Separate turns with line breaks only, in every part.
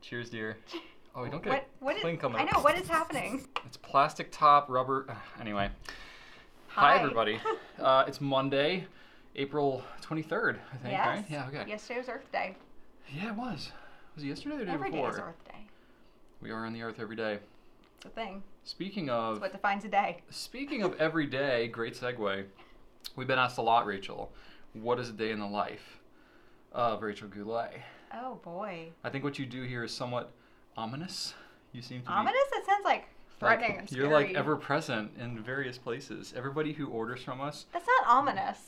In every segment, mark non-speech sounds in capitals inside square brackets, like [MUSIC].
Cheers, dear. Oh, you don't get
What? What
cling
is?
coming
I
up.
know. What is happening?
It's plastic top, rubber. ugh, Anyway. Hi,
[LAUGHS]
everybody. Uh, it's Monday, April 23rd, I think,
yes.
right? Yeah, [LAUGHS] okay.
Yesterday was Earth Day.
Yeah, it was. Was it yesterday or the day
Every day
before?
is Earth Day.
We are on the earth every day.
It's a thing.
Speaking
It's
of
what defines a day.
speaking of every day, great segue. We've been asked a lot, Rachel. What is a day in the life of Rachel Goulet?
Oh boy.
I think what you do here is somewhat ominous. You seem to be
Ominous. That sounds like
like-
threatening. and
you're like
scary.
ever present in various places. Everybody who orders from us.
That's not ominous.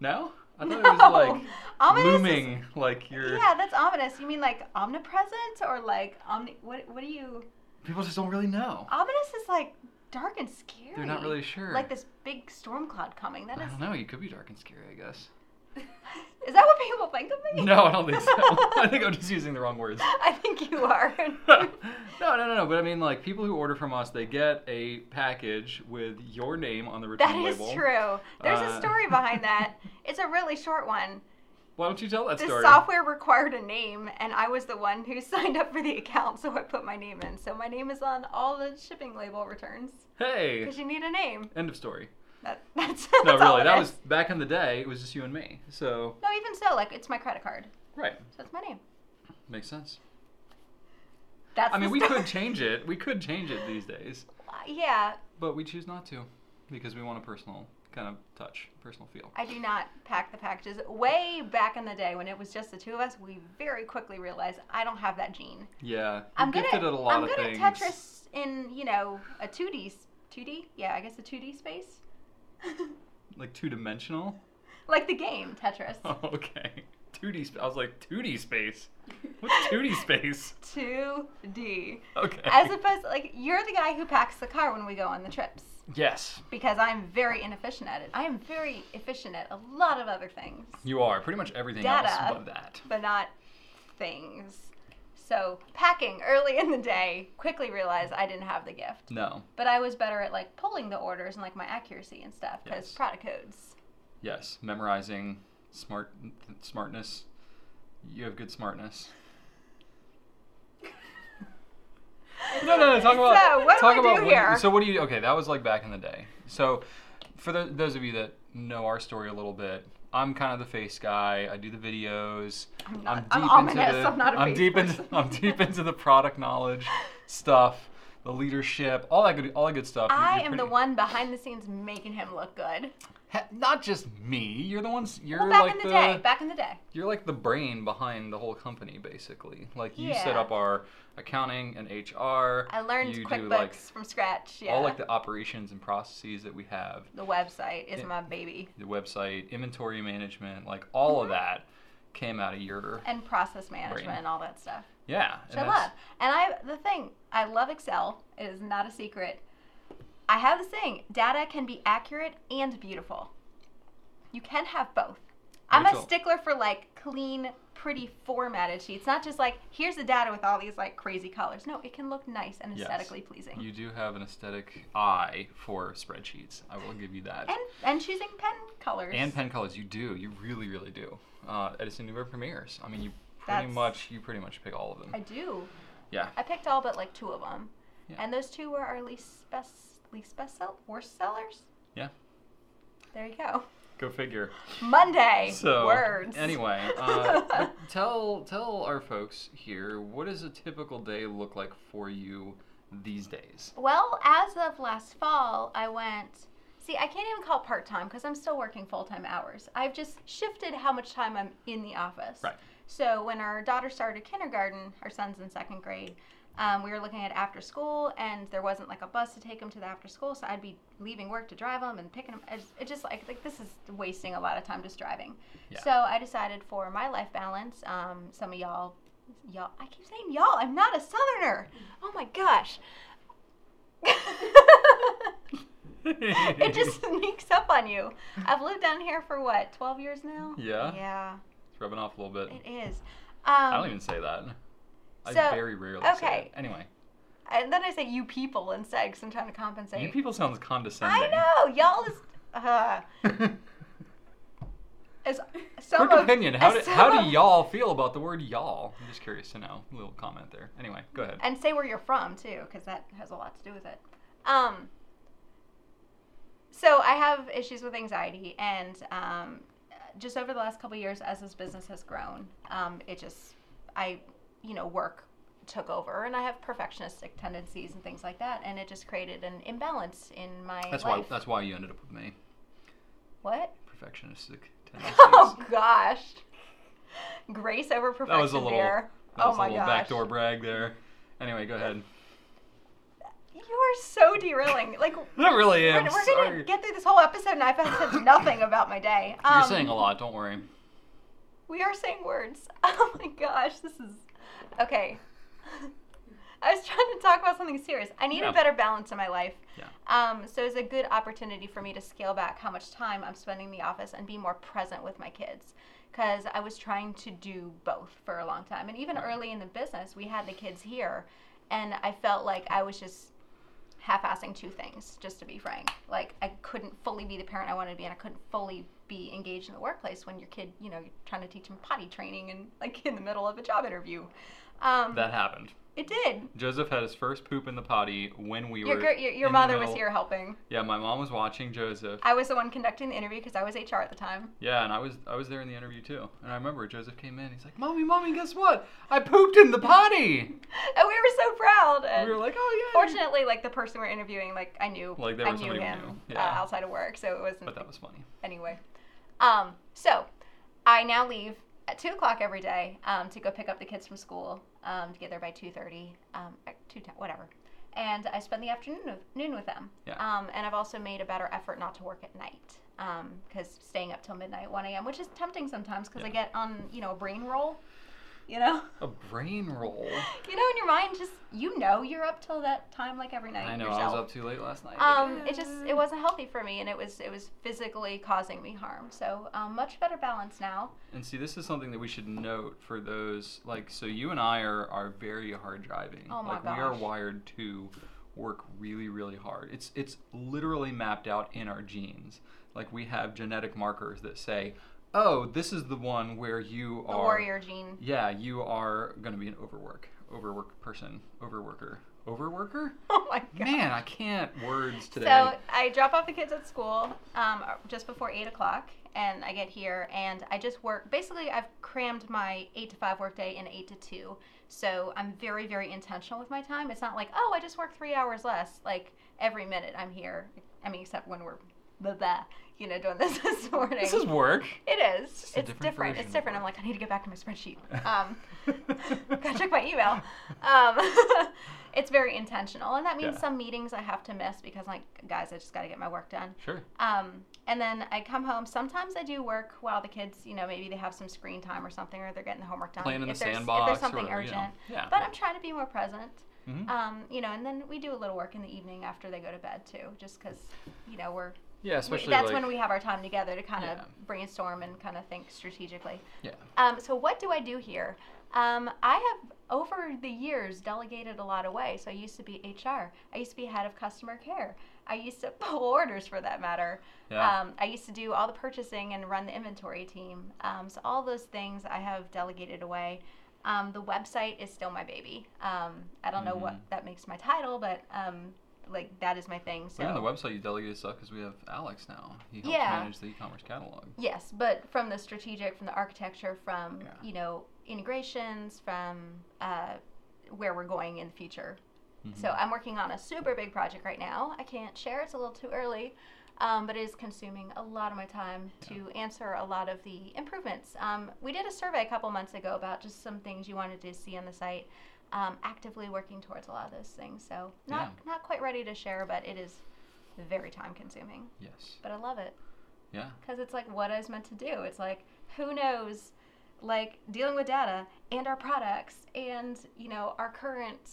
No, I thought
[LAUGHS] no.
it was like
ominous is-
looming, like you're.
yeah, that's ominous. You mean like omnipresent or like omni? What? What do you?
People just don't really know.
Ominous is like dark and scary.
They're not really sure.
Like this big storm cloud coming. That
I
is.
don't know. You could be dark and scary, I guess.
[LAUGHS] Is that what people think of me?
No, I don't
[LAUGHS]
think so. I think I'm just using the wrong words. [LAUGHS]
I think you are.
no, no, no, no. But I mean, like people who order from us, they get a package with your name on the return
[LAUGHS] that is
label.
true. There's
Uh,
a story
[LAUGHS]
behind that. It's a really short one.
Why don't you tell that
The
story?
software required a name, and I was the one who [LAUGHS] signed up for the account, so I put my name in. So my name is on all the shipping label returns
Hey,
[LAUGHS] because you need a name.
end of story.
That, that's, [LAUGHS] that's
No,
all
really,
it
that
is.
was back in the day. It was just you and me. So
No, even so, like it's my credit card,
right,
so it's my name.
makes sense.
That's.
I mean,
the
we
story.
could
[LAUGHS]
change it. We could change it these days,
Yeah,
but we choose not to because we want a personal kind of touch, personal feel.
I do not pack the packages. Way back in the day when it was just the two of us, we very quickly realized I don't have that gene.
Yeah,
I'm
you
good
gifted
at,
at a lot
I'm
of
good
things.
at Tetris in, you know, a 2D, s- 2D? Yeah, I guess a 2D space. [LAUGHS]
Like two dimensional.
like the game, Tetris.
Oh, [LAUGHS] okay. 2D. Sp- I was like 2D space. [LAUGHS]
[LAUGHS]
What's 2D space? [LAUGHS]
2D.
Okay.
As opposed like, you're the guy who packs the car when we go on the trips.
yes,
Because I'm very inefficient at it. I am very efficient at a lot of other things,
you are pretty much everything else
Data.
but that.
but not things. So, packing early in the day, quickly realized I didn't have the gift.
No.
But I was better at like pulling the orders and like my accuracy and stuff because
Yes.
product codes.
Yes. Memorizing, smart, smartness. You have good smartness. No, no, no. Talk about.
So, what do
talk
we
about
do
what you-
here?
so what do you? Okay, that was like back in the day. So, for tho- those of you that know our story a little bit, I'm kind of the face guy. I do the videos.
I'm not-
I'm
I'm
deep into
ominous,
the.
I'm not a face
deep into.
person.
I'm deep into the product knowledge stuff, the leadership, all that good, all that good stuff. You're-
I
you're
am the
pretty-
one behind the scenes making him look good.
He- not just me. You're the ones. You're
well, back
like
in the, day, back in the day.
You're like the brain behind the whole company, basically. Like you set
Yeah.
up our accounting and HR.
I learned
you do
QuickBooks
like
from scratch. Yeah.
all like the operations and processes that we have,
the website is
Yeah.
my baby.
the website, inventory management, like all
Mm-hmm.
of that came out of your
And process management and all that stuff.
yeah.
Which
And
I love. And I the thing, I love Excel. It is not a secret. I have this thing. Data can be accurate and beautiful. You can have both. I'm
Rachel.
a stickler for like clean, pretty formatted sheets. Not just like here's the data with all these like crazy colors. No, it can look nice and
Yes.
aesthetically pleasing.
You do have an aesthetic eye for spreadsheets. I will give you that.
and and choosing pen colors.
And pen colors, you do. You really, really do. Uh, Edison Newberg Premieres. I mean, you pretty
That's-
much you pretty much pick all of them.
I do.
Yeah.
I picked all but like two of them.
Yeah.
And those two were our least best least best sell worst sellers.
Yeah.
There you go.
Go figure.
Monday.
So
words.
anyway,
[LAUGHS]
uh, but tell tell our folks here what does a typical day look like for you these days?
well, as of last fall, I went. See, I can't even call part time because I'm still working full time hours. I've just shifted how much time I'm in the office.
Right.
So when our daughter started kindergarten, our son's in second grade. Um, we were looking at after school, and there wasn't like a bus to take him to the after school, so I'd be leaving work to drive him and picking him. It's it just like like this is wasting a lot of time just driving.
Yeah.
So I decided for my life balance, um, some of y'all, y'all, I keep saying y'all. I'm not a Southerner. Oh my gosh.
[LAUGHS]
it just sneaks up on you. I've lived down here for what, 12 years now?
Yeah?
Yeah,
It's rubbing off a little bit.
it is. Um,
I don't even say that. I
so,
very rarely say
okay.
it. Anyway,
And then I say you people instead because I'm trying to compensate.
you people sounds condescending.
I know, y'all is. Uh, As some
[LAUGHS] Quick
of-
opinion. How do,
as
how
[LAUGHS] some
do
of-
y'all feel about the word y'all? I'm just curious to know. A little comment there. Anyway, go ahead.
and say where you're from too because that has a lot to do with it um so i have issues with anxiety and um just over the last couple of years as this business has grown um it just i you know work took over and i have perfectionistic tendencies and things like that and it just created an imbalance in my
That's why
life
that's why you ended up with me. [LAUGHS]
what
Perfectionistic tendencies.
[LAUGHS] oh gosh grace over perfection
that was a little
dear.
that
oh
was
my
a little
gosh
backdoor brag there. Anyway, go
[LAUGHS]
ahead.
you are so derailing like
That really
We're,
am.
we're
sorry.
gonna get through this whole episode, and I've
[LAUGHS]
said nothing about my day.
You're
Um,
saying a lot. Don't worry.
We are saying words. [LAUGHS] Oh my gosh, this is okay. [LAUGHS] I was trying to talk about something serious. I need
Yeah.
a better balance in my life.
Yeah.
Um, so it's a good opportunity for me to scale back how much time I'm spending in the office and be more present with my kids. Because I was trying to do both for a long time. And even early in the business, we had the kids here, and I felt like I was just half-assing two things just to be frank like i couldn't fully be the parent i wanted to be and i couldn't fully be engaged in the workplace when your kid you know you're trying to teach him potty training and like in the middle of a job interview um
That happened.
it did
Joseph had his first poop in the potty when we
your,
were.
gr- your,
in
your
the
mother was
middle-
here helping
Yeah, my mom was watching Joseph.
i was the one conducting the interview because i was hr at the time [LAUGHS]
Yeah, and I was I was there in the interview too. And I remember Joseph came in. He's like, "Mommy, mommy, guess what? I pooped in the potty."
and we were so proud
And
and
we were like, "Oh yeah."
fortunately like the person we we're interviewing like i knew
Like, there
i
was
knew
somebody we
him
knew.
Uh,
Yeah.
outside of work so it wasn't
But that was funny.
anyway. Um, so I now leave at two o'clock every day um, to go pick up the kids from school um, to get there by two thirty, um, at two ten, whatever. And I spend the afternoon with, noon with them.
Yeah.
Um, and I've also made a better effort not to work at night because staying up till midnight, one a.m., which is tempting sometimes because I
Yeah.
get on you know a brain roll. You know, [LAUGHS]
A brain roll.
you know, in your mind, just you know, you're up till that time like every night.
I know.
Yourself.
I was up too late last night.
Um, it just it wasn't healthy for me, and it was it was physically causing me harm. So um, much better balance now.
And see, this is something that we should note for those like so you and I are are very hard driving.
Oh my
like we are
gosh.
wired to work really really hard. It's it's literally mapped out in our genes. Like we have genetic markers that say, "Oh, this is the one where you
The
are
warrior gene. [LAUGHS]
Yeah, you are going to be an overwork, overwork person, overworker. Overworker?
Oh my god.
Man, I can't words today.
So I drop off the kids at school um, just before eight o'clock, and I get here, and I just work. Basically, I've crammed my eight to five workday in eight to two. So I'm very very intentional with my time. It's not like oh I just work three hours less. Like every minute I'm here. I mean, except when we're blah, blah, you know doing this [LAUGHS] this morning.
this is work.
It is.
just
It's,
a
different.
different version
It's
of
different. I'm
work.
like, I need to get back to my spreadsheet.
[LAUGHS]
Um, gotta check my email. Um, [LAUGHS] it's very intentional, and that means
Yeah.
some meetings I have to miss because, like, guys, I just got to get my work done.
[LAUGHS] Sure.
Um, and then I come home. Sometimes I do work while the kids, you know, maybe they have some screen time or something, or they're getting the homework done.
Playing in the
Um, if there's,
sandbox
If
or
there's something
whatever, you
urgent.
know. Yeah.
But I'm trying to be more present.
Mhm.
Um, you know, and then we do a little work in the evening after they go to bed too, just because, you know, we're
yeah,
we-
especially
that's
like,
when we have our time together to kind of
Yeah.
brainstorm and kind of think strategically.
Yeah.
Um, so what do I do here? Um, I have over the years delegated a lot away. So I used to be HR. I used to be head of customer care. I used to [LAUGHS] pull orders for that matter.
Yeah.
Um, I used to do all the purchasing and run the inventory team. Um, so all those things I have delegated away. Um, the website is still my baby. Um, I don't know what
Mm-hmm.
that makes my title, but um, like that is my thing. So
But even the website you delegated stuff because we have Alex now. He helps
Yeah.
manage the e-commerce catalog.
Yes, but from the strategic, from the architecture, from
Yeah.
you know integrations, from uh, where we're going in the future.
Mm-hmm.
So I'm working on a super big project right now. I can't share; it's a little too early, um, but it is consuming a lot of my time to answer a lot of the improvements. Um, we did a survey a couple months ago about just some things you wanted to see on the site. Um, actively working towards a lot of those things. So not not quite ready to share, but it is very time consuming.
Yes.
But I love it
Yeah.
because it's like what I was meant to do. It's like who knows, like dealing with data and our products and you know our current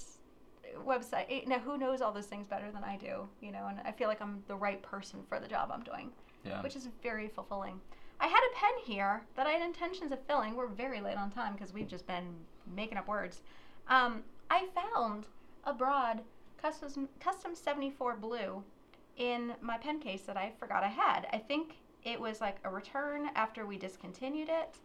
website. You know who knows all those things better than I do. You know, and I feel like I'm the right person for the job I'm doing,
Yeah.
which is very fulfilling. I had a pen here that I had intentions of filling. We're very late on time because we've just been making up words. Um, I found abroad custom custom 74 blue in my pen case that I forgot I had. I think it was like a return after we discontinued it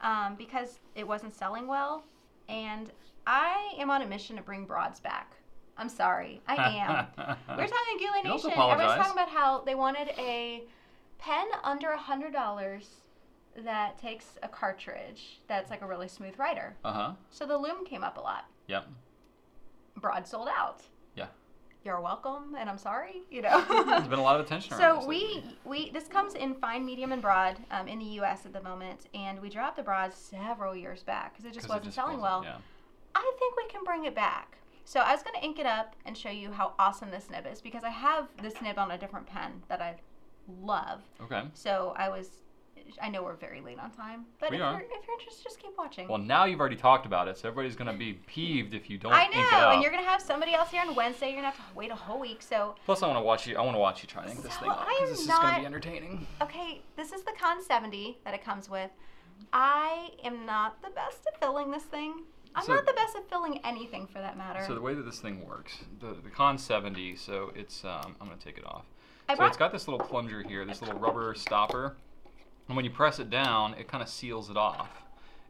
um, because it wasn't selling well. And I am on a mission to bring broads back. I'm sorry,
[LAUGHS]
I am. we were talking Gila
You also
Nation. Everyone's
apologize.
talking about how they wanted a pen under a hundred dollars that takes a cartridge that's like a really smooth writer.
Uh huh.
So the loom came up a lot.
Yep.
Broad sold out.
Yeah.
You're welcome, and I'm sorry.
[LAUGHS]
You know.
There's been a lot of attention around
So
this
we
lately.
we this comes in fine, medium, and broad um, in the U.S. at the moment, and we dropped the broads several years back because it
'Cause
just
it
wasn't selling well.
wasn't-
I think we can bring it back. So I was going to ink it up and show you how awesome this nib is because I have this nib on a different pen that I love.
Yeah. Okay.
So I was, I know we're very late on time, but
We
if
are.
you're if you're interested, just keep watching.
Well, now you've already talked about it, so everybody's gonna be peeved if you don't.
I
ink it up.
know, and you're gonna have somebody else here on Wednesday. You're gonna have to wait a whole week. So
Plus, I want to watch you. I want to watch you try to ink this
So
thing up
I am
because this is gonna
not-
be entertaining.
okay, this is the Con 70 that it comes with. I am not the best at filling this thing. I'm
So-
not the best at filling anything for that matter.
So the way that this thing works, the the Con 70, so it's um, I'm gonna take it off.
I
so it's got this little plunger here, this little rubber stopper, and when you press it down, it kind of seals it off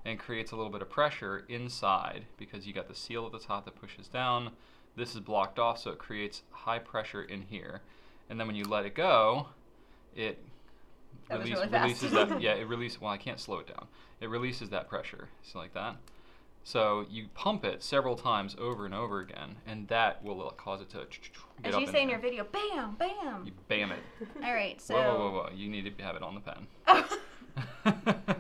and creates a little bit of pressure inside because you got the seal at the top that pushes down. This is blocked off, so it creates high pressure in here, and then when you let it go, it
That was
release-
really fast.
releases
[LAUGHS]
that. Yeah, it releases. Well, I can't slow it down. It releases that pressure, so like that. So you pump it several times over and over again, and that will uh, cause it to ch- ch- ch- get
As
up
you say in
there.
your video, bam, bam.
You bam it.
All right,
[LAUGHS]
so.
Whoa, whoa, whoa, whoa! You need to have it on the
Oh.
pen. [LAUGHS]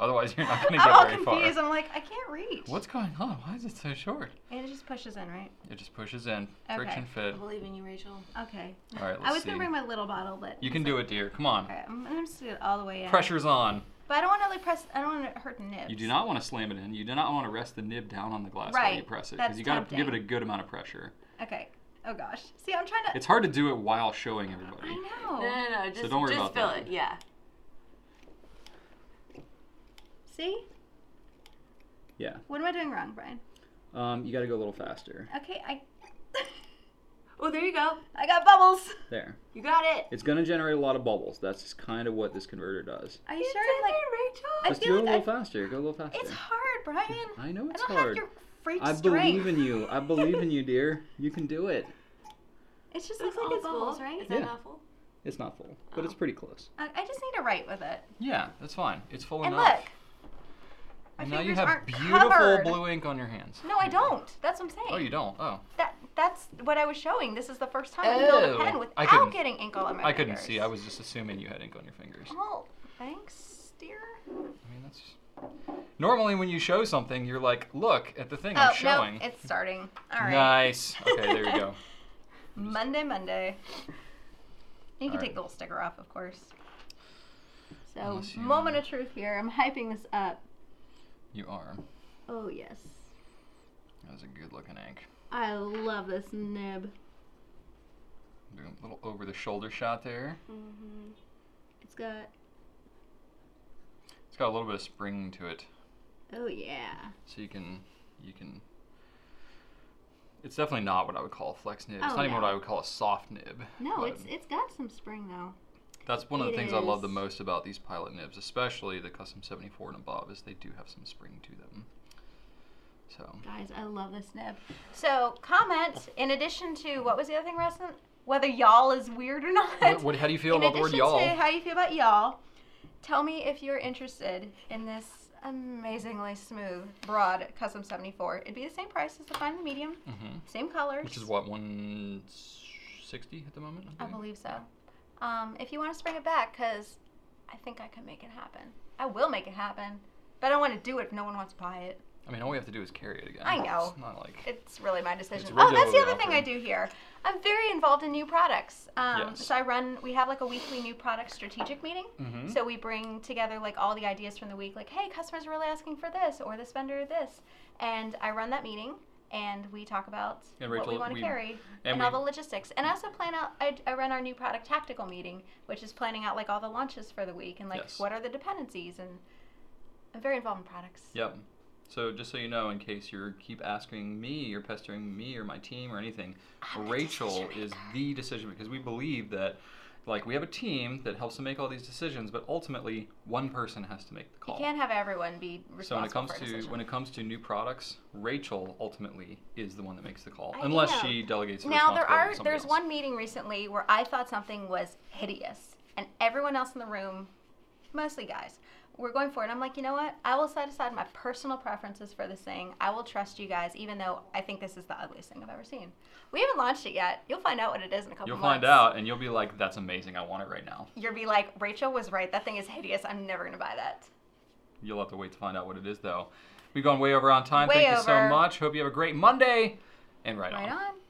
Otherwise, you're not going to
I'm all
get very
confused.
far.
I'm like, I can't reach.
What's going on? Why is it so short?
And it just pushes in, right?
It just pushes in.
Okay.
Friction fit.
I believe in you, Rachel.
Okay.
All right,
I
let's
was
see.
gonna bring my little bottle, but
you can do it, dear. Come on.
All right, I'm, I'm gonna just do it all the way in.
Pressure's on.
But I don't want to like press. I don't want to hurt the nibs.
You do not want to slam it in. You do not want to rest the nib down on the glass while you
Right,
press it
that's
because you got to give it
tempting.
a good amount of pressure.
Okay. Oh gosh. See, I'm trying to.
It's hard to do it while showing everybody.
I
No,
know.
no, no. Just,
don't worry
just
about
fill
that.
it. Yeah.
See?
Yeah.
What am I doing wrong, Brian?
Um, you got to go a little faster.
Okay, I. [LAUGHS]
Oh, there you go.
I got bubbles.
There.
You got it.
It's going to generate a lot of bubbles. That's kind of what this converter does.
Are you
You
sure?
did
Like,
it, Rachel.
I feel like I-
faster. Go a little faster.
it's hard, Brian.
I know
I
it's
don't have
hard.
your freak
I
[LAUGHS] strength.
believe in you. I
[LAUGHS]
believe in you, dear. You can do it.
It's just
Looks
like,
like
all
it's
bubbles,
full.
right?
Is that
Yeah.
not full?
It's not full, but it's pretty close.
I, I just need to write with it.
Yeah, that's fine. It's full
and
enough.
look, my
and now you
fingers
have
aren't
beautiful
covered.
blue ink on your hands.
No, I don't. That's what I'm saying.
Oh, you don't. Oh,
That that's what I was showing. This is the first time I filled a
Oh.
pen
I couldn't-
without getting ink all on my
I couldn't
fingers. Uh-huh.
see. I was just assuming you had ink on your fingers.
Well, thanks, dear.
I mean, that's normally when you show something, you're like, "Look at the thing
oh
I'm showing."
no, it's starting. All right.
Nice.
[LAUGHS]
Okay, there you go.
Monday, Monday. You can
All
take
right.
the little sticker off, of course. So,
Unless you-
moment of truth here. I'm hyping this up.
You are.
Oh yes,
That was a good-looking ink.
I love this nib.
Doing a little over-the-shoulder shot there.
Mm-hmm.
It's got
It's got a little bit of spring to it,
oh yeah.
so you can you can. It's definitely not what I would call a flex nib. It's
Oh,
not even
no.
what I would call a soft nib.
No,
but
it's it's got some spring though.
that's one of the
it
things I love the
is.
most about these pilot nibs, especially the custom 74 and above, is they do have some spring to them. So
Guys, I love this nib. So comment in addition to what was the other thing, Rustin? Whether y'all is weird or not.
What- what- how do you feel
in
about the word
addition to
y'all?
how you feel about y'all? Tell me if you're interested in this amazingly smooth, broad custom 74. It'd be the same price as the fine and medium,
hmm
same colors.
Which is what 160 at the moment.
I
think?
believe so. Um, if you want us to bring it back, because I think I can make it happen. I will make it happen, but I don't want to do it if no one wants to buy it.
I mean, all we have to do is carry it again.
I know.
It's not like
It's really my decision.
It's
Oh, that's the
regularly
other thing I
offered.
do here. I'm very involved in new products. Um,
Yes.
So I run. We have like a weekly new product strategic meeting.
Mhm.
So we bring together like all the ideas from the week. Like, hey, customers are really asking for this or this vendor this, and I run that meeting. And we talk about
And
what we
Rachel,
want to
we-
carry and,
and
all
we-
the logistics. And I also plan out. I, I run our new product tactical meeting, which is planning out like all the launches for the week and like
Yes.
what are the dependencies. And I'm very involved in products.
Yep. So just so you know, in case you keep asking me or pestering me or my team or anything,
I'm the
Rachel
decision
is the decision because we believe that Like we have a team that helps to make all these decisions, but ultimately one person has to make the
You
call.
can't have everyone be
so
responsible
when it comes
for a
to
decision.
when it comes to new products, Rachel ultimately is the one that makes the call,
I
unless
know.
she delegates. The
now there
responsibility
are
to somebody
there's
else.
one meeting recently where I thought something was hideous, and everyone else in the room, mostly guys, were going for it. And I'm like, you know what? I will set aside my personal preferences for this thing. I will trust you guys, even though I think this is the ugliest thing I've ever seen. We haven't launched it yet. You'll find out what it is in a couple.
You'll
months.
find out, and you'll be like, "That's amazing! I want it right now."
You'll be like, Rachel was right. That thing is hideous. I'm never gonna buy that.
You'll have to wait to find out what it is, though. We've gone way over on time.
Way
Thank you so
over.
much. Hope you have a great Monday, and right,
Right on.